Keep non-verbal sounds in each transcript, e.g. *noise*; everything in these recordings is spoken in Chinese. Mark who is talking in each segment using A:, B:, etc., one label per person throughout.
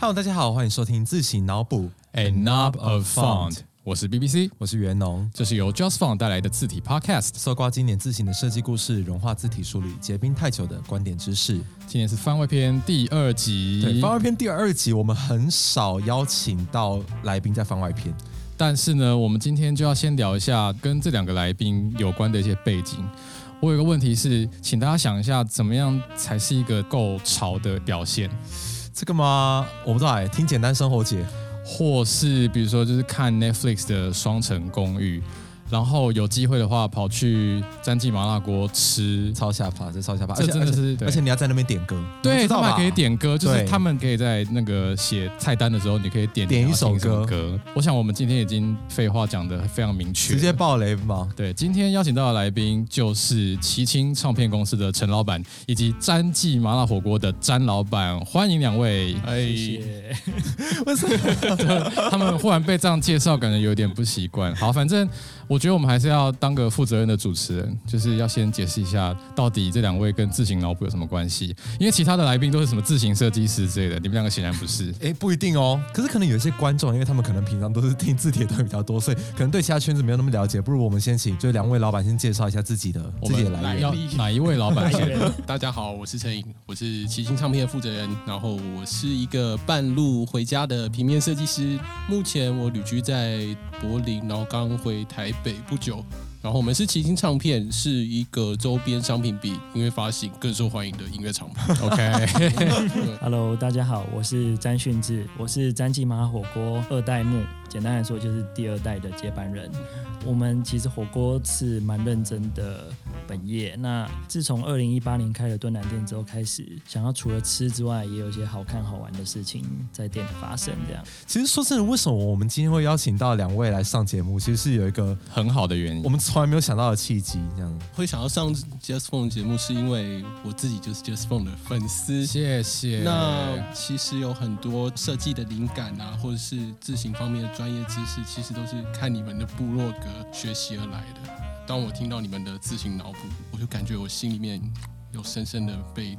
A: Hello，大家好，欢迎收听自行脑补。
B: A Knob of Font。我是 BBC，
A: 我是袁农。
B: 这是由 Just Font 带来的字体 Podcast。
A: 搜刮今年自行的设计故事，融化字体梳理结冰太久的观点知识。
B: 今天是番外篇第二集，
A: 对，番外篇第二集，我们很少邀请到来宾在番外篇。
B: 但是呢，我们今天就要先聊一下跟这两个来宾有关的一些背景。我有个问题是，请大家想一下，怎么样才是一个够潮的表现？
A: 这个吗？我不知道哎、听简单生活节，
B: 或是比如说就是看 Netflix 的《双层公寓》，然后有机会的话跑去詹记麻辣锅吃。
A: 超下巴，这超下巴，
B: 这
A: 而且
B: 真的是
A: 而且
B: 对
A: 而且你要在那边点歌，你
B: 对
A: 知
B: 他
A: 道
B: 们
A: 吧？
B: 还可以点歌，就是
A: 对
B: 他们可以在那个写菜单的时候，你可以点
A: 点
B: 你
A: 一首
B: 要听什么
A: 歌
B: 歌。我想我们今天已经废话讲得非常明确，
A: 直接爆雷吗？
B: 对，今天邀请到的来宾就是齐青唱片公司的陈老板，以及詹记麻辣火锅的詹老板，欢迎两位。哎，
C: 谢谢
B: 他们忽然被这样介绍，感觉有点不习惯。好，反正我觉得我们还是要当个负责任的主持人，就是要先解释一下到底这两位跟自行脑补有什么关系，因为其他的来宾都是什么自行设计师之类的，你们两个显然不是。
A: 哎，不一定哦。可是可能有一些观众，因为他们可能平常都是听字帖的比较多，所以可能对其他圈子没有那么了解。不如我们先请，就两位老板先介绍一下自己的
B: 我
A: 自己的
B: 们
A: 来源。
B: 要哪一位老板先？
C: 人
D: 大家好，我是陈颖，我是齐星唱片的负责人，然后我是一个半路回家的平面设计师，目前我旅居在柏林，然后刚回台北不久。然后我们是齐星唱片，是一个周边商品比音乐发行更受欢迎的音乐厂牌。
B: OK，
C: Hello，大家好，我是詹训志，我是詹记麻辣火锅二代目，简单来说就是第二代的接班人。我们其实火锅是蛮认真的本业。那自从二零一八年开了敦南店之后，开始想要除了吃之外，也有一些好看好玩的事情在店里发生。这样，
A: 其实说真的，为什么我们今天会邀请到两位来上节目，其实是有一个
B: 很好的原因
A: 我。们从来没有想到的契机。这样，
D: 会想要上 Just Phone 节目，是因为我自己就是 Just Phone 的粉丝。
B: 谢谢。
D: 那其实有很多设计的灵感啊，或者是字形方面的专业知识，其实都是看你们的部落格学习而来的。当我听到你们的字形脑补，我就感觉我心里面有深深的被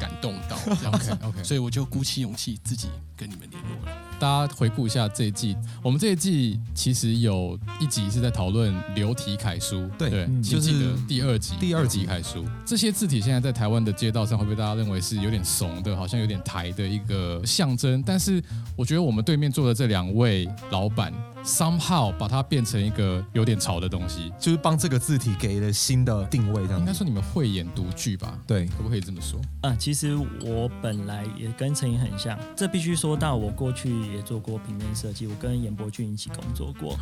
D: 感动 *laughs* 到，这样
B: OK
D: 子，
B: OK，
D: 所以我就鼓起勇气自己跟你们联络了。
B: 大家回顾一下这一季，我们这一季其实有一集是在讨论流体楷书，
A: 对
C: 嗯
B: 就
A: 就是
B: 记得第二集，
A: 第二集
B: 流体楷书这些字体现在在台湾的街道上会被大家认为是有点怂的，好像有点台的一个象征，但是我觉得我们对面坐的这两位老板，somehow 把它变成一个有点潮的东西，
A: 就是帮这个字体给了新的定位，这
B: 应
A: 样
B: 该
A: 子。
B: 说你们慧眼独具吧，
A: 对，
B: 可不可以这么说？
C: 啊，其实我本来也跟陈颖很像，这必须说到我过去也做过平面设计，我跟严伯俊一起工作过。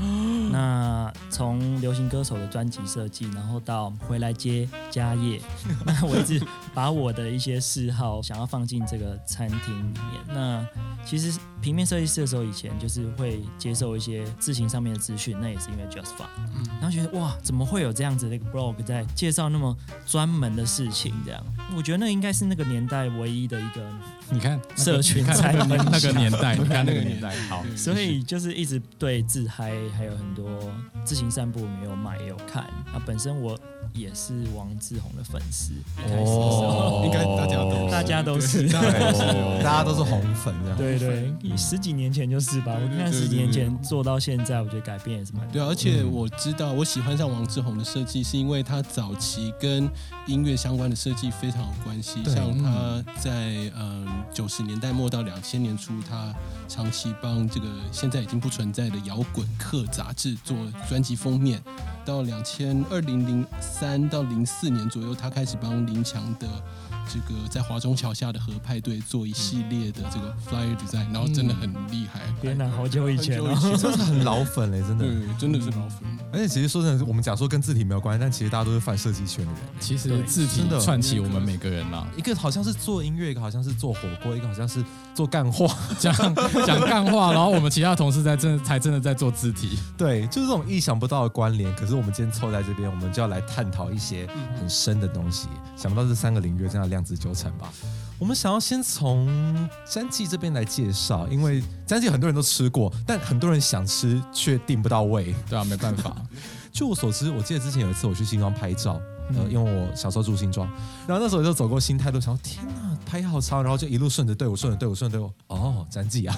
C: 那从流行歌手的专辑设计，然后到回来接家业， *laughs* 那我一直把我的一些嗜好想要放进这个餐厅里面。那其实平面设计师的时候，以前就是会接受一些字形上面的资讯，那也是因为 Just Fun，然后觉得哇，怎么会有这样子的一个 blog 在介绍那么专门的事情？这样，我觉得那应该是那个年代唯一的一个，
D: 嗯
B: 你看
C: 社群
B: 你看那个
C: 才
B: *laughs* 那个年代，你看那个
D: 那个
B: 年 *laughs*
D: 年
B: 代，好，
C: 所以就是一直对自嗨还有很多自行散步没有买也有看。那本身我也是王志宏的粉丝，一开始的时候、
B: 哦
D: 应该大家都
C: 大家都是。
D: 对
A: 大家都是
B: 哦
A: 大家都是红粉这样。
C: 对对，十几年前就是吧，我
D: 对对
C: 看
D: 对
C: 十几
D: 对
C: 年
D: 对
C: 前做到现在，我觉得改变也是蛮
D: 对，啊而
C: 嗯
D: 且我知道我喜欢上王志宏的设计，是因为他早期跟音乐相关的设计非常有关系。
A: 对
D: 像他在嗯
C: 啊
D: 九十年代末到两千年初，他长期帮这个现在已经不存在的摇滚客杂志做专辑封面。到两千二零零三到零四年左右，他开始帮林强的这个在华中桥下的河派对做一系列的这个 flyer design，然后真的很厉害。
C: 天哪，好久以前啊哦
D: 很
C: 了、
D: 久
A: 真
D: 以前
A: 的是很老粉嘞，真的。
D: 对，真的是老粉。
A: 而且其实说真的，我们讲说跟字体没有关系，但其实大家都是反设计圈的人。
B: 其实
C: 对
B: 字体
A: 真的
B: 串起我们每个人啦。
A: 一个好像是做音乐，一个好像是做火锅，一个好像是做干货。
B: 讲讲干话，然后我们其他同事在真才真的在做字体。
A: 对，就是这种意想不到的关联。可是我们今天凑在这边，我们就要来探讨一些很深的东西。想不到这三个领域这样的量子纠缠吧？我们想要先从詹记这边来介绍，因为詹记很多人都吃过，但很多人想吃却订不到位。
B: 对啊，没办法，
A: 据我所知，我记得之前有一次我去新庄拍照，呃，
C: 嗯
A: 因为我小时候住新庄，然后那时候我就走过新泰路，想说天哪，排好长，然后就一路顺着队伍，顺着队伍，顺着队伍，哦，哦，詹记啊，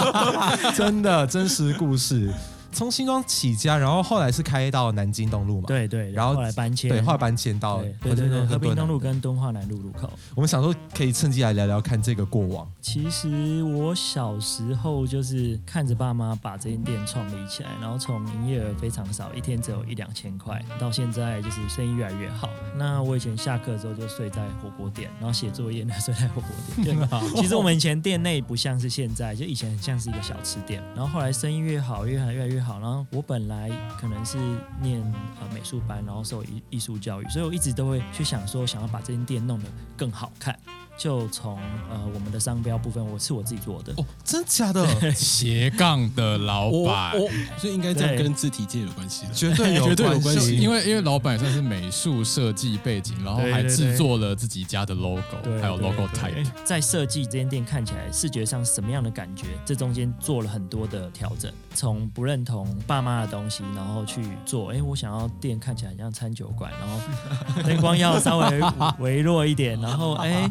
A: *laughs* 真的真实故事，从新庄起家，然后后来是开到南京东路嘛，
C: 对对，
A: 然后
C: 后来搬迁，
A: 对，后来搬迁到
C: 对对对对，和平东路
A: 跟
C: 跟敦化南路路口。
A: 我们想说可以趁机来聊聊看这个过往，
C: 其实我小时候就是看着爸妈把这间店创立起来，然后从营业额非常少，一天只有一两千块，到现在就是生意越来越好。那我以前下课之后就睡在火锅店，然后写作业呢睡在火锅店。就其实我们以前店内不像是现在，就以前很像是一个小吃店，然后后来生意越好，越来越来越好。然后我本来可能是念呃美术班，然后受艺艺术教育，所以我一直都会去想说，想要把这间店弄得更好看。就从呃我们的商标部分，我是我自己做的。
A: 哦，真假的，
C: *laughs*
B: 斜杠的老
D: 我
B: 板，
D: 我所以应该这样
C: 对
D: 跟字体界有关系了。
A: 绝对有
D: 绝对有
A: 关
D: 关
A: 系，
D: 系
B: 因为因为老板算是美术设计背景，然后
C: 对
B: 还
C: 对
B: 制
C: 对
B: 作了自己家的 logo，
C: 对
B: 还有
C: 对
B: logo
C: 对
B: type。
C: 在设计这间店看起来视觉上什么样的感觉，这中间做了很多的调整，从不认同爸妈的东西，然后去做，哎，我想要店看起来很像餐酒馆，然
B: *laughs*
C: 后灯光要稍微微弱一点，然后哎。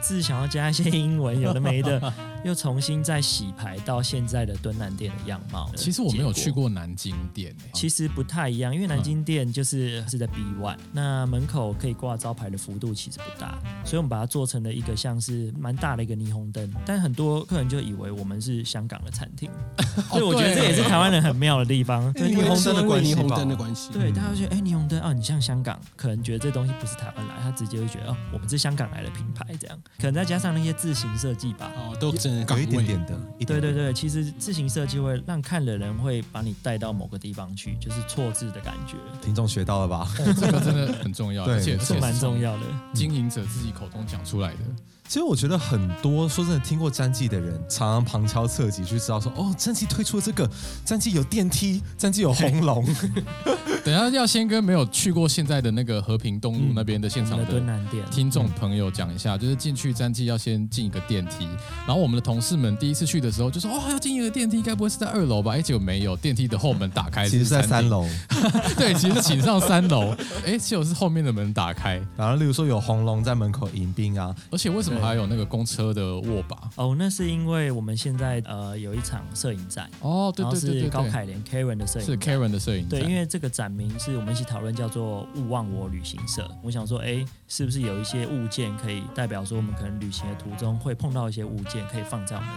C: 字想要加一些英文，有的没的，又重新再洗牌到现在的敦南店的样貌。
B: 其实我没有
C: 结
B: 去
C: 果
B: 过南京店、欸，
C: 其实不太一样，因为南京店就是是在 B one，那门口可以挂招牌的幅度其实不大，所以我们把它做成了一个像是蛮大的一个霓虹灯，但很多客人就以为我们是香港的餐厅，所以我觉得这也是台湾人很妙的地方，对
A: 因
C: 霓
A: 为
C: 虹
A: 灯的
D: 因为
A: 关系
D: 霓虹
A: 吧
D: 灯的关系，
C: 对，大家会觉得哎、霓虹灯啊，你像香港，可能觉得这东西不是台湾来，他直接会觉得哦，我们是香港来的品牌这样，可能再加上那些字形设计吧，
D: 哦，都真的岗
A: 有
D: 位
A: 一点点的，一点
C: 对
A: 点
C: 对对，其实自行设计会让看的人会把你带到某个地方去，就是错字的感觉，
A: 听众学到了吧？
B: 哦这个真的很重要，
A: 对
B: 而且
A: 没
B: 而
A: 错
B: 且
C: 是
B: 是
C: 蛮重要的。
B: 从经营者自己口中讲出来的。
A: 其实我觉得很多说真的，听过战绩的人，常常旁敲侧击去知道说，哦，战绩推出了这个，战绩有电梯，战绩有红
B: *laughs*
A: 龙，
B: 等一下要先跟没有去过现在的那个和平东路那边的现
C: 我
B: 场
C: 们的
B: 的
C: 敦南店，
B: 听众朋友讲一下，就是进去站记要先进一个电梯，然后我们的同事们第一次去的时候就说：“哦，要进一个电梯，该不会是在二楼吧？”哎，结果没有，电梯的后门打开，
A: 其实是在
B: 是餐
A: 三
B: 厅。
A: 楼。
B: 对，其实请上三楼，哎，结果是后面的门打开，
A: 然后，例如说有红龙在门口迎宾啊，
B: 而且为什么还有那个公车的握把？
C: 哦，那是因为我们现在呃有一场摄影展，
B: 哦，对
C: 然后
B: 对对对
C: 是
B: 对，
C: 高凯莲 Karen 的摄影
B: 是
C: 展。
B: Karen 的摄影
C: 对，
B: 展，
C: 因为这个展名是我们一起讨论，叫做“勿忘我旅行社”。我想说，哎，是不是有一些物件可以代表说我们可能旅行的途中会碰到一些物件，可以放在我们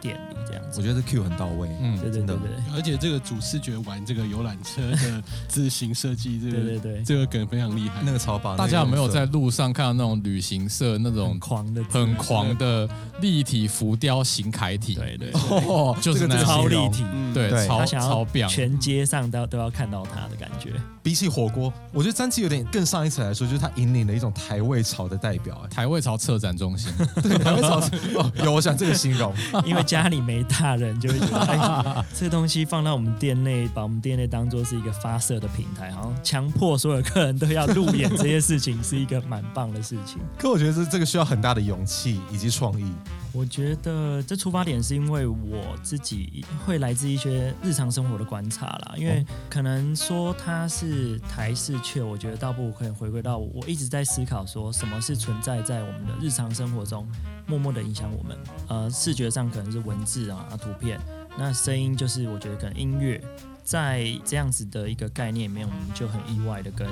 C: 店里这样
A: 我
C: 子？
A: 觉得 Q 很到位。
B: 嗯
C: 对对
A: 真的
C: 对对
D: 而且这个主视觉玩这个游览车的自行设计，这
C: 对对
D: 个
C: 对，
D: 这个梗非常厉害
A: 那。个超棒。
B: 大家有没有在
A: 那个
B: 路上看到那种旅行社那种
C: 很狂的字
B: 很狂的立体浮雕型楷体？
C: 对对
A: 颜色？
B: *laughs*
A: 哦，
B: 就是那样
C: 超
B: 形
C: 立
B: 容
C: 体，
D: 嗯，
B: 对，
A: 对
B: 超
C: 他想
B: 超
C: 要
B: 棒。
C: 全街上都都要看到他的感觉。
A: 比起火锅，我觉得战绩有点更上一层来说，就是它引领了一种台味潮的代表。
B: *laughs*
A: 哎
B: 台味潮策展中心，
A: 对，台味潮是哦，有我想这个形容， *laughs*
C: 因为家里没大人，就会觉得、哎、这东西放到我们店内，把我们店内当做是一个发射的平台，好像强迫所有客人都要路演这些事情，是一个蛮棒的事情。
A: 可我觉得这这个需要很大的勇气以及创意。
C: 我觉得这出发点是因为我自己会来自一些日常生活的观察啦，因为可能说它是台式却，我觉得倒不如可以回归到我一直在思考说什么是存在在我们的日常生活中，默默的影响我们。呃，视觉上可能是文字啊、图片，那声音就是我觉得可能音乐，在这样子的一个概念里面，我们就很意外的跟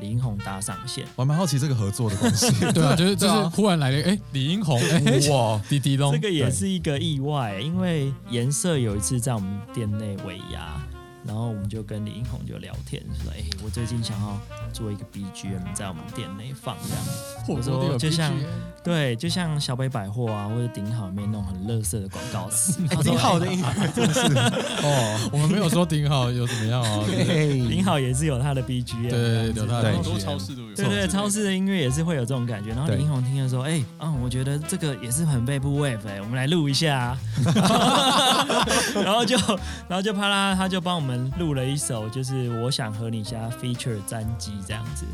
C: 李英宏搭上线。
A: 我还蛮好奇这个合作的
B: *laughs*
A: 关系。 *laughs*
B: 对啊，就是就
A: 对
B: 是
A: 啊
B: 忽然来了，哎，李英红，哎，
A: 哇，
B: 迪迪龙，
C: 这个也
B: 对
C: 是一个意外，因为颜色有一次在我们店内尾牙，然后我们就跟李英红就聊天，说：“哎、我最近想要做一个 BGM 在我们店内放这样。
B: 火锅
C: 我说
B: 店有
C: 就
B: BGM
C: 像”对，就像小北百货啊，或者顶好里面那种很垃圾的广
B: *laughs*
C: 告词，哎
A: 挺哎好的音乐，真的是。
B: 哦，我们没有说顶好有怎么样哦，
C: 顶
A: 嘿
C: 好也是有它的
B: 对
C: BGM，
B: 对对，有他的
A: 对
D: 很
B: BGM
D: 多超市都有，
C: 对对，超市的音乐也是会有这种感觉。然后
A: 对
C: 李英红听了说：“哎、啊，我觉得这个也是很被不 wave，、哎，我们来录一下、
B: *laughs*
C: 啊。”然后就，然后就啪啦，他就帮我们录了一首，就是《我想和你家》feature 专辑这样子。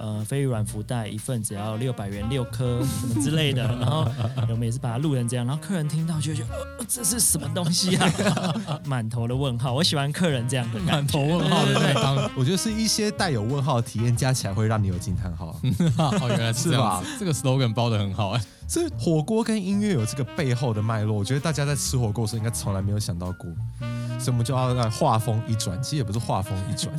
C: 呃非软福袋一份只要六百元六颗什么之
B: *laughs*
C: 类的，然后我们也是把它录成这样，然后客人听到就觉得、呃、这是什么东西啊， *laughs* 满头的问号。我喜欢客人这样的感
B: 满头问号的麦当，
A: 我觉得是一些带有问号的体验加起来会让你有惊叹号。
B: 哦，原来是这样子
A: 是，
B: 这个 slogan 包的很好哎、
A: 所以火锅跟音乐有这个背后的脉络，我觉得大家在吃火锅的时候应该从来没有想到过，所以我们就要来画风一转，其实也不是画风一转，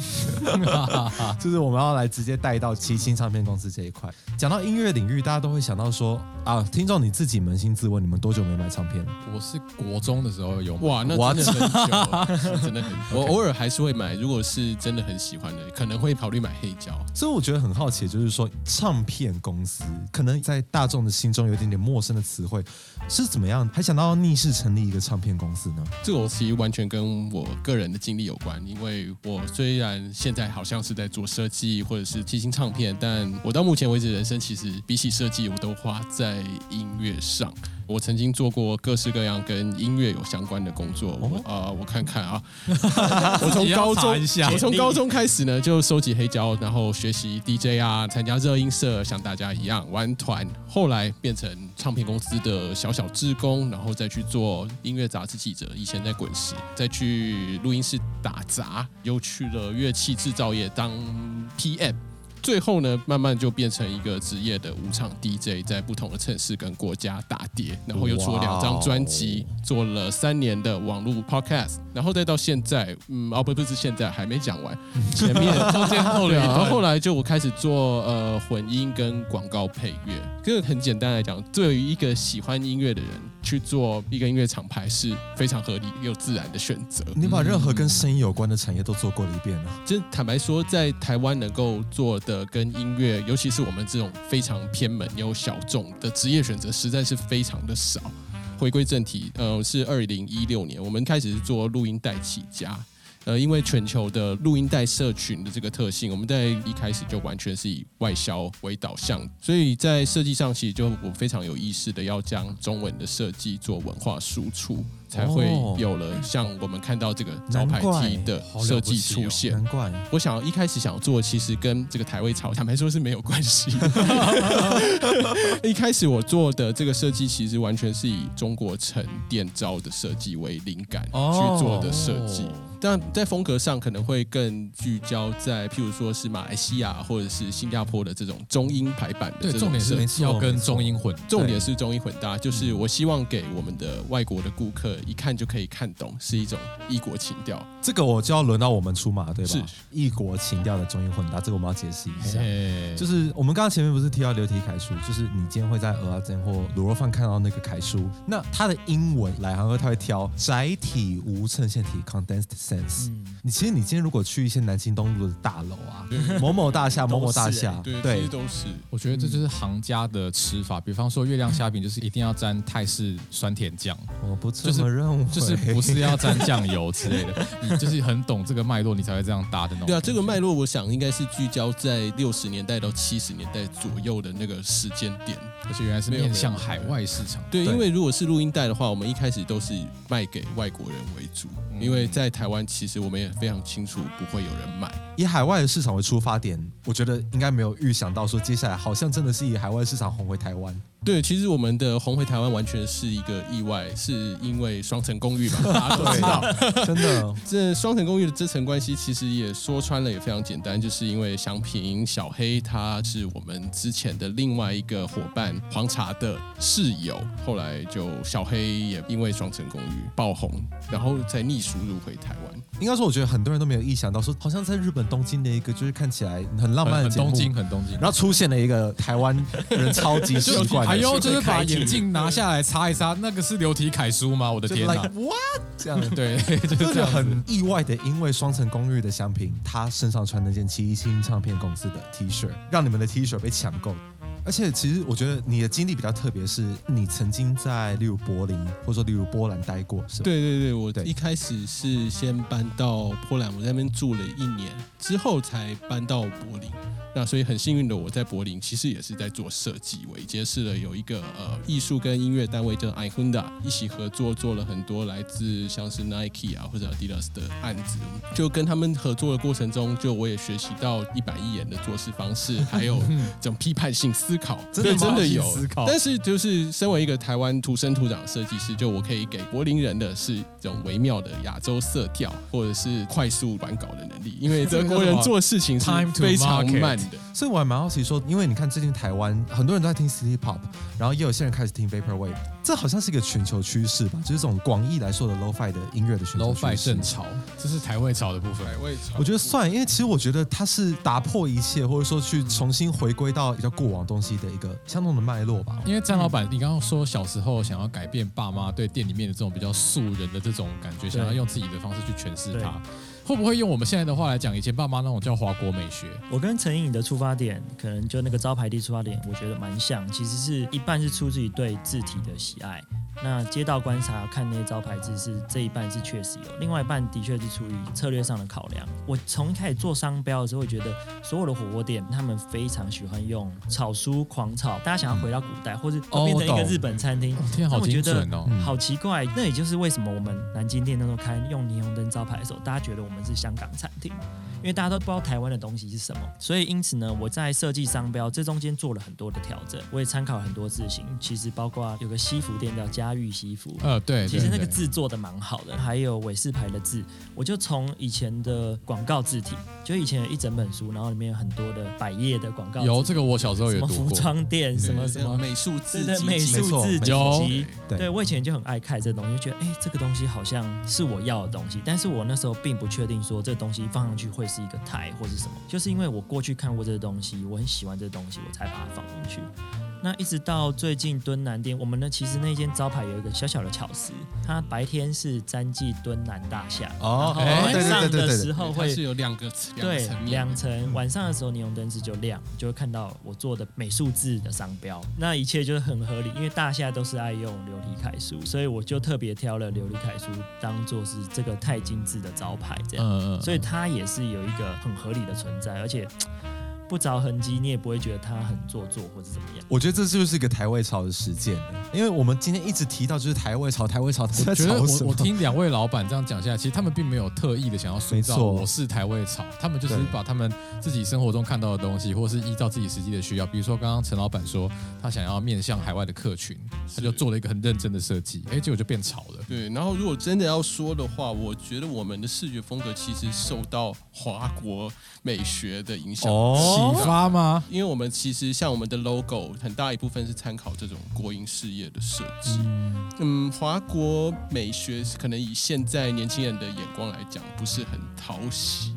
A: 就是我们要来直接带到七星唱片公司这一块。讲到音乐领域，大家都会想到说啊，听众你自己扪心自问，你们多久没买唱片了？
B: 我是国中的时候有买
D: 哇，那
A: 哇
D: 真的很久了，真的 *laughs* 很。我偶尔还是会买，如果是真的很喜欢的，可能会考虑买黑胶。
A: 所以我觉得很好奇，就是说唱片公司可能在大众的心中有一点点陌生的词汇是怎么样，还想到逆势成立一个唱片公司呢？
D: 这个我其实完全跟我个人的经历有关，因为我虽然现在好像是在做设计或者是七星唱片，但我到目前为止人生其实比起设计，我都花在音乐上。我曾经做过各式各样跟音乐有相关的工作，我啊、我看
B: *laughs*
D: 看啊，我从高
B: 哦也要查
D: 中
B: 一下
D: 我从高中开始呢就收集黑胶，然后学习 DJ 啊，参加热音社，像大家一样玩团，后来变成唱片公司的小小志工，然后再去做音乐杂志记者，以前在滚石，再去录音室打杂，又去了乐器制造业当 PM。最后呢，慢慢就变成一个职业的舞场 DJ，在不同的城市跟国家打碟，然后又出了两张专辑，做了三年的网络 podcast，然后再到现在，嗯，哦不不是现在还没讲 *laughs* 完，前面
B: 中间漏了
D: *laughs* 对
B: 一
D: 啊，然后
B: 段，
D: 后来就我开始做呃混音跟广告配乐，这个很简单来讲，对于一个喜欢音乐的人去做一个音乐厂牌是非常合理又自然的选择。
A: 你把任何跟声音有关的产业都做过了一遍了。
D: 真坦白说，在台湾能够做的跟音乐，尤其是我们这种非常偏门又小众的职业选择，实在是非常的少。回归正题，呃，是二零一六年，我们开始做录音带起家。呃，因为全球的录音带社群的这个特性，我们在一开始就完全是以外销为导向，所以在设计上，其实就我非常有意识的要将中文的设计做文化输出，才会
A: 哦
D: 有了像我们看到这个招
A: 难
D: 牌
A: 怪
D: T 的
B: 好了不
D: 设计
B: 起哦
D: 出现。
A: 啊难怪，
D: 我想要一开始想要做，其实跟这个台位潮，坦白说是没有
B: *laughs*
D: 关系。一开始我做的这个设计，其实完全是以中国城电招的设计为灵感
A: 哦
D: 去做的设计。但在风格上可能会更聚焦在，譬如说是马来西亚或者是新加坡的这种中英排版的
B: 对，
D: 这
B: 重
D: 种
B: 点
D: 设计。
B: 是要跟中英混，
D: 重点是中英混搭，就是我希望给我们的外国的顾客一看就可以看懂，是一种异国情调。
B: 哦
A: 这个我就要轮到我们出马，对吧？
D: 是
A: 异国情调的中英混搭，这个我们要解释一下。
B: 哎，
A: 就是是我们刚刚前面不是提到刘体楷书，就是你今天会在鹅啊煎或卤肉饭看到那个楷书，那它的英文来航哥他会挑窄体无衬线体 （condensed sense）。
C: 嗯，
A: 你其实你今天如果去一些南京东路的大楼啊，
B: 嗯
A: 某某大厦、某某大
B: 哎
A: 厦，
D: 对，其实
A: 对，
D: 都是。
B: 我觉得这就是行家的吃法，比方说月亮虾饼就是一定要沾泰式酸甜酱，
A: 我不这
B: 就是
A: 么认为，
B: 就是不是要沾酱油之类的，你就是 *laughs* 很懂这个脉络，你才会这样搭的那种。
D: 对啊，这个脉络我想应该是聚焦在六十年代到七十年代左右的那个时间点。
B: 而且原来是
D: 没有
B: 面向海外市场，
D: 对，
A: 对
D: 因为如果是录音带的话，我们一开始都是卖给外国人为主，
B: 嗯
D: 因为在台湾其实我们也非常清楚不会有人买。
A: 以海外的市场为出发点，我觉得应该没有预想到说接下来好像真的是以海外市场红回台湾。
D: 对，其实我们的红回台湾完全是一个意外，是因为双层公寓嘛，大家都知道。
A: 真的，
D: 这双层公寓的这层关系，其实也说穿了也非常简单，就是因为祥平小黑他是我们之前的另外一个伙伴黄茶的室友，后来就小黑也因为双层公寓爆红，然后再逆输入回台湾。
A: *laughs* 应该说，我觉得很多人都没有意想到说，好像在日本东京的一个就是看起来很浪漫的
B: 很很
A: 节目，
B: 东京，很东京。
A: 然后出现了一个台湾人超级习惯的，
B: 哎呦，就是把
C: 开启
B: 眼镜拿下来擦一擦，那个是流体楷书吗？我的
A: 就
B: 天
A: like
B: 哪！
A: what 这样。
B: *laughs* 对， *laughs* 就是
A: 就是
B: 这样子
A: 很意外的，因为双层公寓的香品，他身上穿那件七星唱片公司的 T 恤，让你们的 T 恤被抢购。而且其实我觉得你的经历比较特别，是你曾经在例如柏林或者说例如波兰待过，是吧？
D: 对对对，我
A: 对
D: 一开始是先搬到波兰，我在那边住了一年，之后才搬到柏林。那所以很幸运的，我在柏林其实也是在做设计，我也结识了有一个呃艺术跟音乐单位叫 i h u n d a 一起合作做了很多来自像是 Nike 啊或者 Adidas 的案子。就跟他们合作的过程中，就我也学习到一板一眼的做事方式，还
A: *laughs*
D: 有这种批判性思考，
A: 真的
D: 对
A: 吗
D: 真的有
A: 批判性思考
D: 但是就是身为一个台湾土生土长的设计师，就我可以给柏林人的是这种微妙的亚洲色调，或者是快速完稿的能力，因为德国人做事情是
B: Time to
D: 非常
B: market
D: 慢的。
A: 所以我还蛮好奇说，因为你看最近台湾很多人都在听 City Pop，然后也有些人开始听 Vaporwave，这好像是一个全球趋势吧？就是这种广义来说的 Lo-Fi 的音乐的全球
B: lofi
A: 趋势
B: 正。潮，这是台味潮的部分。
D: 嗯
A: 我觉得算，因为其实我觉得它是打破一切，或者说去重新回归到比较过往东西的一个相同的脉络吧。
B: 因为张老板，你刚刚说小时候想要改变爸妈对店里面的这种比较素人的这种感觉，想要用自己的方式去诠释它，会不会用我们现在的话来讲，以前爸妈那种叫华国美学？
C: 我跟陈颖的出发点，可能就那个招牌地出发点，我觉得蛮像。其实是一半是出自于对字体的喜爱，那街道观察看那些招牌字是这一半是确实有，另外一半的确是出于策略上的考量。我从一开始做商标的时候，我觉得所有的火锅店他们非常喜欢用草书狂炒，大家想要回到古代，或是
B: 哦
C: 变成一
B: 我懂
C: 个日本餐厅。
B: 天啊，
C: 那
B: 好
C: 我觉
B: 精
C: 得
B: 准哦！
A: 嗯
C: 好奇怪，那也就是为什么我们南京店那时候开用霓虹灯招牌的时候，大家觉得我们是香港餐厅，因为大家都不知道台湾的东西是什么。所以因此呢，我在设计商标这中间做了很多的调整，我也参考了很多字型，其实包括有个西服店叫嘉裕西服，
B: 呃，对，
C: 其实
B: 对
C: 那个
B: 对
C: 字做的蛮好的，还有韦氏牌的字，我就从以前的广告字体，就以前有一整本书，然后里面有很多的百页的广告字体，
B: 有这个，我小时候也
C: 什么
B: 读
C: 服
B: 过。
C: 装店，什么什
D: 这样
C: 么
D: 美术
C: 对
D: 字
C: 对，
D: 集
C: 美
A: 没
C: 术哦
A: 错
C: 字
A: 没
C: 集
B: 错
D: 哦
C: 集。
A: 对
C: 对我以前就很爱看这东西，就觉得哎，这个东西好像是我要的东西，但是我那时候并不确定说这东西放上去会是一个台或是什么，就是因为我过去看过这个东西，我很喜欢这个东西，我才把它放进去。那一直到最近敦南店，我们呢其实那间招牌有一个小小的巧思，它白天是詹记敦南大厦，
A: 哦
C: 然
A: 哎
C: 后
A: 对
C: 晚
A: 对对
C: 上
A: 对
C: 的
A: 对
C: 时候
D: 它
C: 会
D: 是有两个层两
C: 对
D: 层面
C: 两
D: 的。
C: 层，晚上的时候霓虹灯字就亮，你就会看到我做的美术字的商标。那一切就是很合理，因为大家都是爱用琉璃楷书，所以我就特别挑了琉璃楷书当做是这个钛金字的招牌，这样，
B: 嗯嗯，
C: 所以它也是有一个很合理的存在，而且不着痕迹，你也不会觉得它很做作或者怎么样。
A: 我觉得这就是一个台味潮的实践，因为我们今天一直提到就是台味潮，台味潮在
B: 我觉得
A: 潮什
B: 我
A: 么
B: 我？听两位老板这样讲下来，其实他们并没有特意的想要塑
A: 没
B: 造
A: 错
B: 我是台味草，他们就是
A: 对
B: 把他们自己生活中看到的东西，或是依照自己实际的需要，比如说刚刚陈老板说他想要面向海外的客群，他就做了一个很认真的设计，哎，结果就变潮了。
D: 对，然后如果真的要说的话，我觉得我们的视觉风格其实受到华国美学的影响。
A: 哦
B: 启发吗？
D: 因为我们其实像我们的 logo 很大一部分是参考这种国营事业的设计。嗯，华国美学可能以现在年轻人的眼光来讲，不是很讨喜，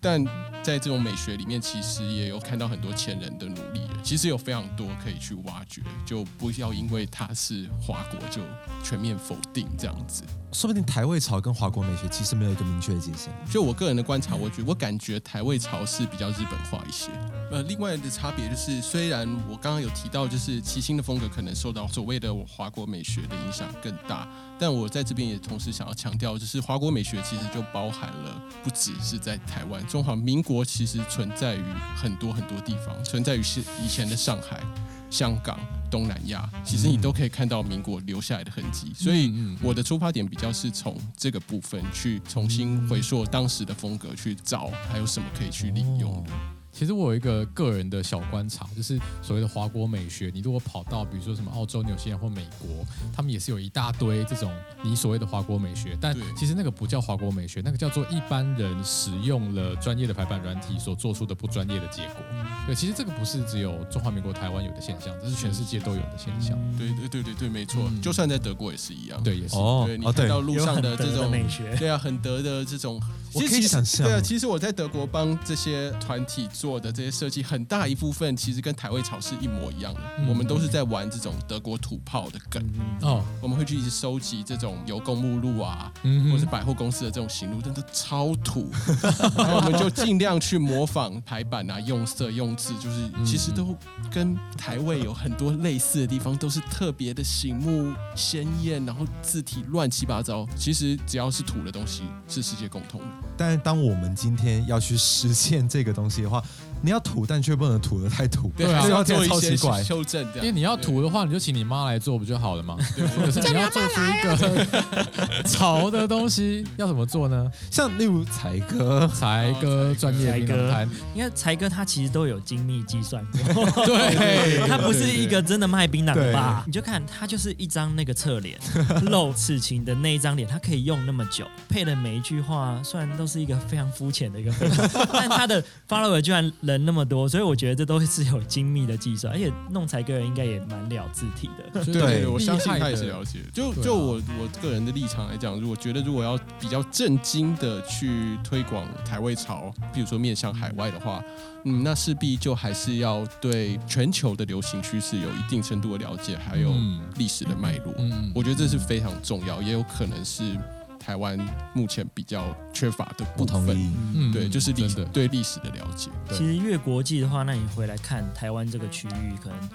D: 但在这种美学里面，其实也有看到很多前人的努力，其实有非常多可以去挖掘，就不要因为它是华国就全面否定这样子。
A: 说不定台味潮跟华国美学其实没有一个明确的界限。
D: 就我个人的观察，我觉我感觉台味潮是比较日本化一些。呃，另外的差别就是，虽然我刚刚有提到，就是齐星的风格可能受到所谓的华国美学的影响更大，但我在这边也同时想要强调，就是华国美学其实就包含了不只是在台湾，中华民国其实存在于很多很多地方，存在于是以前的上海、香港、东南亚，其实你都可以看到民国留下来的痕迹。所以
B: 嗯嗯
D: 我的出发点比较是从这个部分去重新回溯当时的风格，去找还有什么可以去利用的。
B: 其实我有一个个人的小观察，就是所谓的华国美学，你如果跑到比如说什么澳洲、纽西兰或美国，他们也是有一大堆这种你所谓的华国美学，但
D: 对
B: 其实那个不叫华国美学，那个叫做一般人使用了专业的排版软体所做出的不专业的结果。
D: 嗯
B: 对，其实这个不是只有中华民国台湾有的现象，这是全世界都有的现象。
D: 对对对对对，没错，
B: 嗯
D: 就算在德国也是一样。
B: 对，也是。
A: 哦
D: 对，你
A: 哦
D: 看
A: 对
D: 到，路
C: 有
D: 上
C: 很
D: 的
C: 德
D: 这
C: 的
D: 种
C: 美学， *laughs*
D: 对啊，很德的这种
A: 其
D: 我
A: 实
D: 可
A: 可
D: 以
A: 以想象
D: 对啊，其实我在德国帮这些团体做的这些设计，很大一部分其实跟台味草是一模一样的。
B: 嗯
D: 我们都是在玩这种德国土炮的梗，
B: 哦，
D: 我们会去一直收集这种邮购目录啊，
B: 嗯
D: 或是百货公司的这种行路，真的超土。 *laughs* 然后我们就尽量去模仿排版啊，用色用字，就是
A: 嗯
D: 其实都跟台位有很多类似的地方，都是特别的醒目、鲜艳，然后字体乱七八糟。其实只要是土的东西，是世界共通的。
A: 但是当我们今天要去实现这个东西的话，你要土，但却不能土的太土。
B: 对啊
D: 还是要
A: 这
D: 做
A: 个
D: 一
A: 超
D: 些
A: 奇怪
D: 修正这
B: 因
D: 样。
B: 为你要土的话，你就请你妈来做不就好了吗？可是你要做出一个
D: *laughs*
B: 潮的东西，要怎么做呢？
A: 像例如才哥，
B: 才哥专业槟榔摊，
C: 因为才哥他其实都有精密计算过，
B: 对，
C: 他不是一个真的卖槟榔的吧
A: 对？
C: 你就看他就是一张那个侧
B: *laughs*
C: 脸露刺青的那一张脸，他可以用那么久，配的每一句话虽然都是一个非常肤浅的一个分享，
B: *laughs*
C: 但他的 follower 居然人那么多，所以我觉得这都是有精密的计算，而且弄才哥人应该也蛮了字体的。
B: 就是
A: 对
D: 我相信他也是
B: 嗯厉害的
D: 了解。就
B: 对啊
D: 就我我个人的立场来讲，如果觉得如果要比较正经的去推广台味潮，比如说面向海外的话，嗯，那势必就还是要对全球的流行趋势有一定程度的了解，还有
B: 嗯
D: 历史的脉络。
B: 嗯
D: 我觉得这是非常重要，也有可能是台湾目前比较缺乏的部分。
B: 嗯
D: 对，就是历
B: 真
D: 史
B: 的，
D: 对历史的了解。
B: 对
C: 其实越国际的话，那你回来看台湾这个区域，可能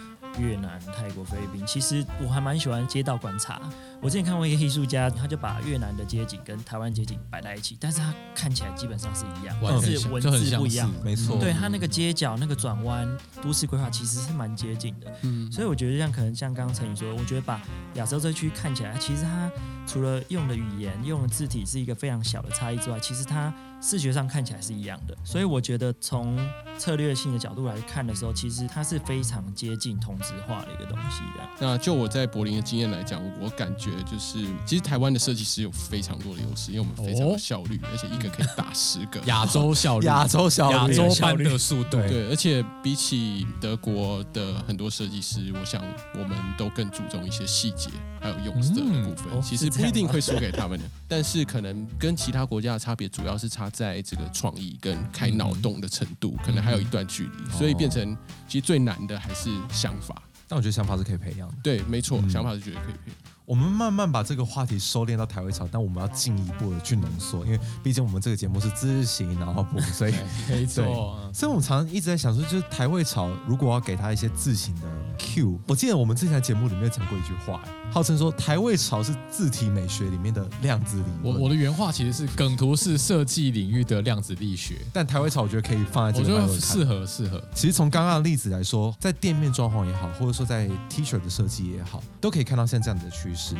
C: 越南、泰国、菲律宾，其实我还蛮喜欢街道观察。我之前看过一个艺术家，他就把越南的街景跟台湾街景摆在一起，但是他看起来基本上是一样，
B: 完
C: 但
B: 全
C: 是
B: 像
C: 文
B: 就很
C: 字
B: 相
C: 不一
B: 似
C: 样。，
A: 没错
C: 对他那个街角、那个转弯、都市规划其实是蛮接近的，
D: 嗯
C: 所以我觉得像可能像刚刚陈宇说，我觉得把亚洲这区看起来，其实它除了用的语言、用的字体是一个非常小的差异之外，其实它视觉上看起来是一样的。所以我觉得从策略性的角度来看的时候，其实它是非常接近同质化的一个东西的。
D: 那就我在柏林的经验来讲，我感觉就是，其实台湾的设计师有非常多的优势，因为我们非
C: 哦
D: 常有效率，而且一个可以打十
C: *laughs*
D: 个。
B: 亚洲效率，
A: 亚洲小
B: 亚
A: 林
B: 洲般的速度，
A: 对
D: *laughs* 对，而且比起德国的很多设计师，我想我们都更注重一些细节，还有用色的部分。
C: 嗯哦
D: 其实
C: 是这
D: 不一
C: 样
D: 定
C: 吗
D: 会输
C: *laughs*
D: 给他们的，但是可能跟其他国家的差别，主要是差在这个创意跟开脑
C: 嗯
D: 洞的程度，可能还有一段距离。所以
C: 哦
D: 变成其实最难的还是想法。
A: 但我觉得想法是可以培养的。
D: 对，没错，
A: 嗯
D: 想法是绝对可以培养。
A: 我们慢慢把这个话题收敛到台湾潮，但我们要进一步的去浓缩，因为毕竟我们这个节目是知识型脑补，所以
C: 哎
B: 没
A: 对 *laughs*
B: 错，
A: 所以我们常常一直在想说，就是台味草如果要给它一些字形的 Q，我记得我们之前在节目里面有讲过一句话，号称说台味草是字体美学里面的量子理
B: 我
A: 论。
B: 我的原话其实是梗图是设计领域的量子力学，
A: 但台味草我觉得可以放在
B: 我
A: 这
B: 觉
A: 个脉
B: 得
A: 络里
B: 适
A: 看。
B: 合适合，
A: 其实从刚刚的例子来说，在店面装潢也好，或者说在 T 恤的设计也好，都可以看到像这样子的趋势。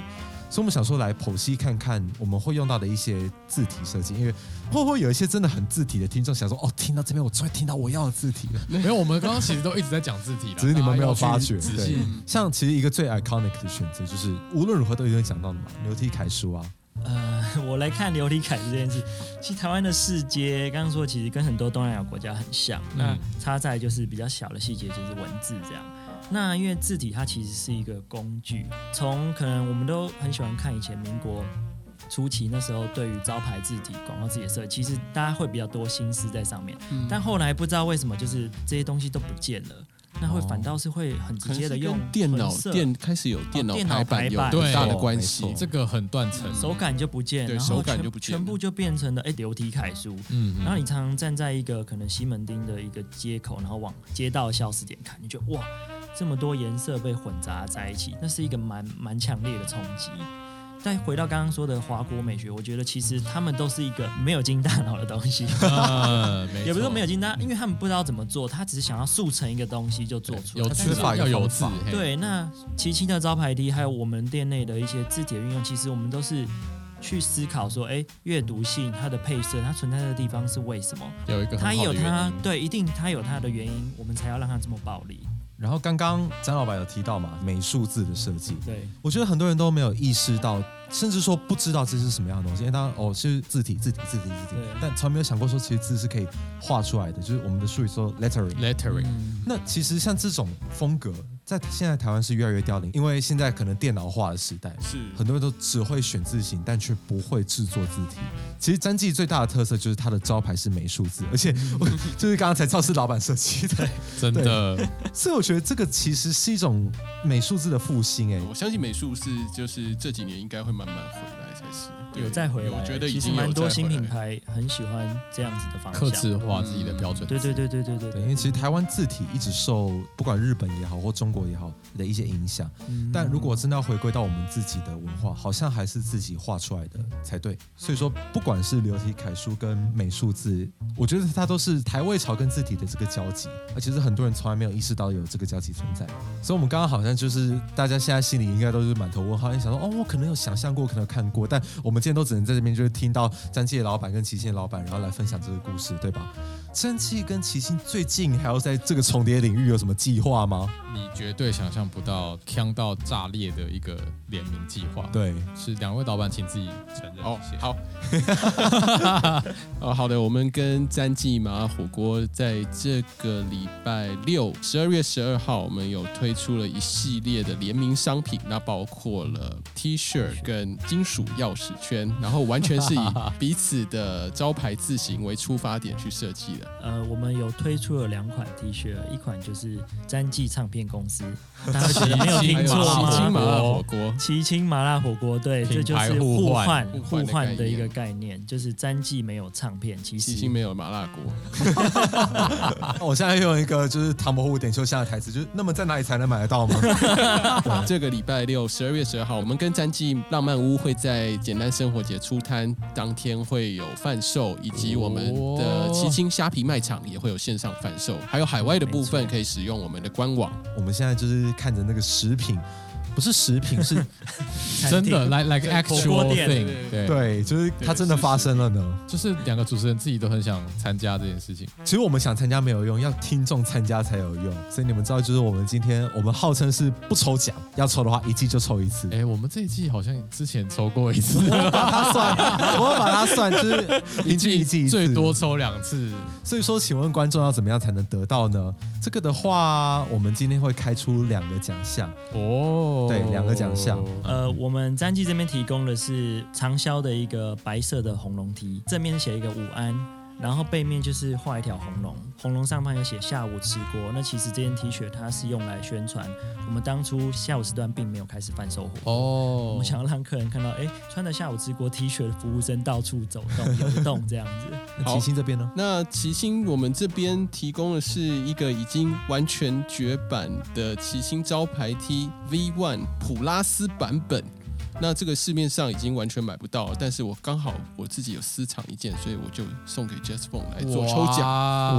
A: 所以我们想说来剖析看看我们会用到的一些字体设计，因为会不会有一些真的很字体的听众想说，哦，听到这边我终于听到我要的字体了。
B: 没有，我们刚刚其实都一直在讲字体啦，
A: 只是你们没有
B: 大家
A: 发
B: 要去
A: 觉。
B: 仔
A: 对
B: 细，
A: 像其实一个最 iconic 的选择，就是无论如何都一定会讲到的嘛，牛踢凯叔啊，
C: 呃， *laughs* 我来看琉璃凯这件事，其实台湾的市街，刚刚说其实跟很多东南亚国家很像，
D: 嗯
C: 那差在就是比较小的细节，就是文字这样。那因为字体它其实是一个工具，从可能我们都很喜欢看以前民国初期那时候对于招牌字体、广告字体的设计，其实大家会比较多心思在上面，
D: 嗯
C: 但后来不知道为什么就是这些东西都不见了，那会反倒是会很直
D: 哦可能
C: 接的
D: 是
C: 用
D: 跟电脑
C: 纯色
D: 电开始有电脑
C: 哦电脑
D: 排版
C: 排
D: 有
C: 版
D: 很大
B: 对
D: 的关
A: 没
D: 系
A: 错。
B: 这个很断层，
C: 手感就不见，
D: 对
C: 然后
D: 手感
C: 全
D: 就不见了
C: 全部就变成了哎流体楷书。
B: 嗯，嗯
C: 然后你常常站在一个可能西门町的一个街口，然后往街道消失点看，你就哇，这么多颜色被混杂在一起，那是一个蛮蛮强烈的冲击。再回到刚刚说的华国美学，我觉得其实他们都是一个没有经大脑的东 *laughs* 西，
B: 呃，没错
C: 也不是说没有经大，因为他们不知道怎么做，他只是想要速成一个东西就做出来。
B: 有
C: 但
B: 字
C: 是嗯
A: 缺乏一个
B: 要有字
A: 方法，
B: 嘿，
C: 对，那奇奇的招牌 T，还有我们店内的一些字体的运用，其实我们都是去思考说，哎，阅读性它的配色，它存在的地方是为什么？
B: 有一个很
C: 它
B: 好
C: 有
B: 的原
C: 它
B: 因
C: 对，一定它有它的原因，我们才要让它这么暴力。
A: 然后刚刚张老板有提到嘛，美术字的设计，
C: 对，
A: 我觉得很多人都没有意识到，甚至说不知道这是什么样的东西，因为当然哦是字体，字体，字体，字体
C: 对，
A: 但从来没有想过说其实字是可以
B: 嗯
A: 画出来的，就是我们的术语说 lettering。
C: 嗯
B: lettering，
A: 那其实像这种风格，在现在台湾是越来越凋零，因为现在可能电脑化的时代，
D: 是
A: 很多人都只会选字型，但却不会制作字体。其实詹记最大的特色就是它的招牌是美术字，而且我 *laughs* 就是刚才超市老板设计的，
B: 真的， *laughs*
A: 所以我觉得这个其实是一种美术字的复兴哎、
D: 我相信美术是就是这几年应该会慢慢回来才是，
B: 嗯
D: 对
C: 有再回来，
D: 我觉得已
C: 其实
D: 经有
C: 蛮多
D: 再
C: 新
D: 回来
C: 品牌很喜欢这样子的方
B: 克
C: 向。
B: 制化自己的标准。
C: 对对对对对对
A: 对，因为其实台湾字体一直受不管日本也好或中国也好的一些影响，
C: 嗯
A: 但如果真的要回归到我们自己的文化，好像还是自己画出来的才对。所以说，不管是流体楷书跟美术字，我觉得它都是台味潮跟字体的这个交集，而其实很多人从来没有意识到有这个交集存在。所以我们刚刚好像就是大家现在心里应该都是满头问号，因为想说哦，我可能有想象过，可能有看过，但我们今天都只能在这边就是听到詹记的老板跟齐信的老板，然后来分享这个故事，对吧？詹记跟齐信最近还要在这个重叠领域有什么计划吗？
B: 你绝对想象不到呛到炸裂的一个联名计划。
A: 对，
B: 是两位老板，请自己承认。
D: 哦
B: 谢谢，
D: 好，哦，好的，我们跟詹记麻火锅在这个礼拜六，十二月十二号，我们有推出了一系列的联名商品，那包括了 T 恤跟金属钥匙圈，然后完全是以彼此的招牌字形为出发点去设计的。
C: 呃，我们有推出了两款 T 恤，一款就是詹记唱片
B: *laughs*
C: 公司，大家觉得没有听错
B: 麻
D: 喜
B: 辣
D: 金麻
C: 吗？
D: 辣火锅，
C: 七青麻辣火锅，对，
B: 品
C: 这就
B: 牌
C: 是
B: 互
C: 互
B: 换
C: 换
D: 互换的
C: 互
D: 概
C: 换的一
D: 念
C: 个概念，就是詹记没有唱片，其
D: 喜
C: 实
D: 金没有麻辣锅。
A: *laughs* 哦我现在用一个就是唐伯虎点秋香的台词，就是那么在哪里才能买得到吗？
B: *laughs*
D: 这个礼拜六，十二月十二号，我们跟詹记浪漫屋会在简单生活节出摊，当天会有贩售，以及我们
C: 哦
D: 的七星虾皮卖场也会有线上贩售，还有海外的部分可以使用我们的官网。
A: 我们现在就是看着那个食品，不是食品，是
C: 餐
B: 真的
C: 厅
B: 来来个
D: 对
C: 火
B: actual
C: 锅店
B: thing，*laughs* 对，
D: 对
A: 对，就是它真的发生了呢。
B: 就是两个主持人自己都很想参加这件事情。
A: 其实我们想参加没有用，要听众参加才有用。所以你们知道，就是我们今天我们号称是不抽奖，要抽的话一季就抽一次。
B: 哎，我们这一季好像之前抽过一次，
A: 把它算，我要把它算，就是
B: *laughs*
A: 平 *laughs* 均一季一次
B: 最多。抽两次。
A: 所以说，请问观众要怎么样才能得到呢？这个的话，我们今天会开出两个奖项。
B: 哦，
A: 对两个奖项
C: 呃，我们詹记这边提供的是长销的一个白色的红龙 T，正面写一个午安，然后背面就是画一条红龙，红龙上方有写下午吃锅。那其实这件 T 恤它是用来宣传，我们当初下午时段并没有开始贩售火锅。我
B: 哦
C: 们，想要让客人看到，哎，穿着下午吃锅 T 恤的服务生到处走动、游动这样子。
A: 那
D: 好
A: 齐星这边呢？
D: 那齐星我们这边提供的是一个已经完全绝版的齐星招牌 T V One 普拉斯版本。那这个市面上已经完全买不到，但是我刚好我自己有私藏一件，所以我就送给 Jess Fong 来做抽奖。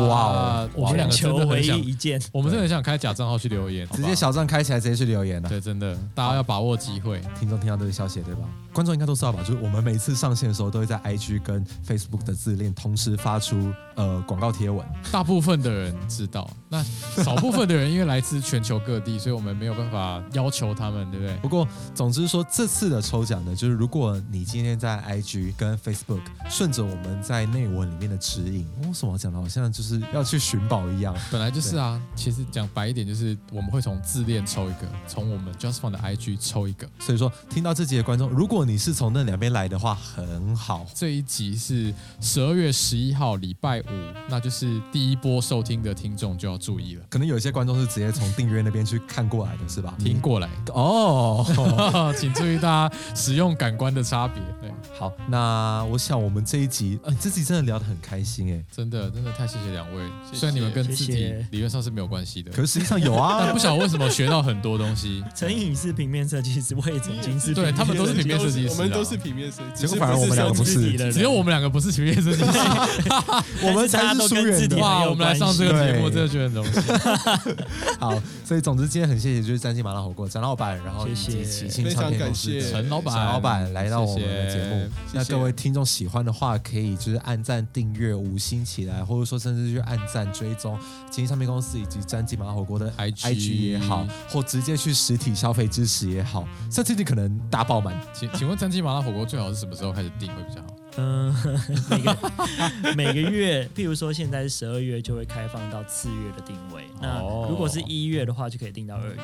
B: 哇哦，我们两个真
C: 求
B: 的
C: 唯
B: 很想
C: 一，
B: *laughs*
C: 一件，
B: 我们真的很想开假账号去留言，好吧
A: 直接小站开起来，直接去留言啊了。
B: 对，真的，大家要把握机会。
A: 听众听到这个消息，对吧？观众应该都知道吧？就是我们每次上线的时候，都会在 IG 跟 Facebook 的自链同时发出呃广告贴文。
B: 大部分的人知道，那少部分的人因为来自全球各地，所以我们没有办法要求他们，对不对？
A: 不过，总之说这次的抽奖呢，就是如果你今天在 IG 跟 Facebook 顺着我们在内文里面的指引，哦为什么讲的好像就是要去寻宝一样？
B: 本来就是啊，其实讲白一点，就是我们会从自恋抽一个，从我们 Just Fun 的 IG 抽一个。
A: 所以说，听到这集的观众，如果你是从那两边来的话，很好。
B: 这一集是十二月十一号礼拜五，那就是第一波收听的听众就要注意了，
A: 可能有一些观众是直接从订阅那边去看过来的，是吧？
B: 听过来，
A: 嗯哦。
B: *laughs* 请注意大家使用感官的差别。对，
A: 好，那我想我们这一集，呃，这集真的聊得很开心哎，
B: 真的真的太谢谢两位，
D: 谢
B: 虽然你们跟自
C: 谢
B: 己
C: 谢
B: 理论上是没有关系的，
A: 可是实际上有啊
B: *laughs* 但不，晓得为什么学到很多东西。
C: 陈颖是平面设计师，我也曾经是
B: 对他们都是平面设计师啊
D: 我们都是平面设计
A: 结
D: 师，
A: 果
D: 啊
A: 反而
D: 只
A: 我
D: 是
A: 们两个不
D: 设计
A: 是
C: 自己的人
B: 只有我们两个不是情面设计师。
A: 我们
C: 大
A: 才
C: 家
A: 是
C: 都
A: 疏
C: 跟
A: 远
C: 自己
A: 的
C: 很。
B: 哇，
C: 有
B: 我们来上这个节目，
A: 关系
B: 真的觉得很荣幸。
A: 好，所以总之今天很谢谢就是詹记麻辣火锅詹老板，然后以及
C: 谢谢
A: 齐庆
D: 非
A: 唱
D: 常
A: 片
D: 感
A: 公司
D: 谢
A: 的
B: 陈老板，
A: 小老板来到我们的
B: 谢谢
A: 节目。
D: 谢
A: 那
D: 谢
A: 各位听众喜欢的话，可以就是按赞、订阅、五星起来，或者说甚至去按赞追踪金唱片公司以及詹记麻辣火锅的
B: IG
A: IG 也好，或直接去实体消费支持也好，甚至你可能打爆满。
B: 请请问詹记麻辣火锅最好是什么时候开始订会比较好？
C: 嗯、 *laughs* 每个每个月，譬如说现在是十二月，就会开放到次月的定位。那
B: 哦
C: 如果是一月的话，就可以定到二月。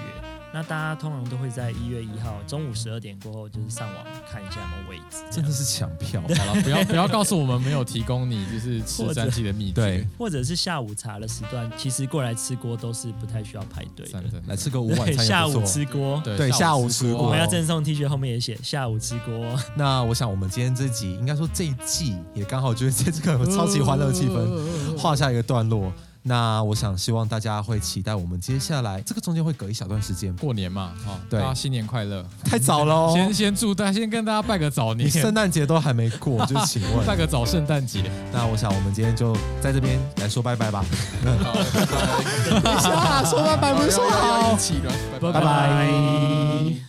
C: 那大家通常都会在一月一号中午十二点过后，就是上网看一下有没有位置，这
A: 真
C: 样
A: 的是抢票，
B: 好了，
A: *laughs*
B: 不要不要告诉我们没有提供你就是吃
C: 或者
B: 战绩的秘
A: 对
B: 诀，
C: 或者是下午茶的时段，其实过来吃锅都是不太需要排队的
B: 赞。赞
A: 来吃个午晚
C: 对，
A: 餐
C: 下
A: 也不
C: 午
A: 错。
C: 吃锅，
B: 对
A: 对下午吃
C: 我
A: 锅
B: 哎
C: 们要赠送 T 恤，后面也写下午吃锅。
A: 那我想我们今天这集，应该说这一季也刚好就是在这个超级欢乐的气氛
D: 嗯
B: 氛
A: 画下一个段落。那我想希望大家会期待我们接下来这个中间会隔一小段时间，
B: 过年嘛，哦，
A: 对
B: 大家新年快乐！
A: 太早了哦。
B: 先先祝大家先跟大家拜个早
A: 你
B: 年，
A: 圣诞节都还没过，就是请
B: 拜
D: *laughs*
A: 问。
B: 个早圣诞节。
A: 那我想我们今天就在这边来说拜拜吧。 *laughs* 等一下，说拜拜不是说
D: 要要要
A: 好
D: 一？起的，拜拜
B: 拜
A: 拜拜。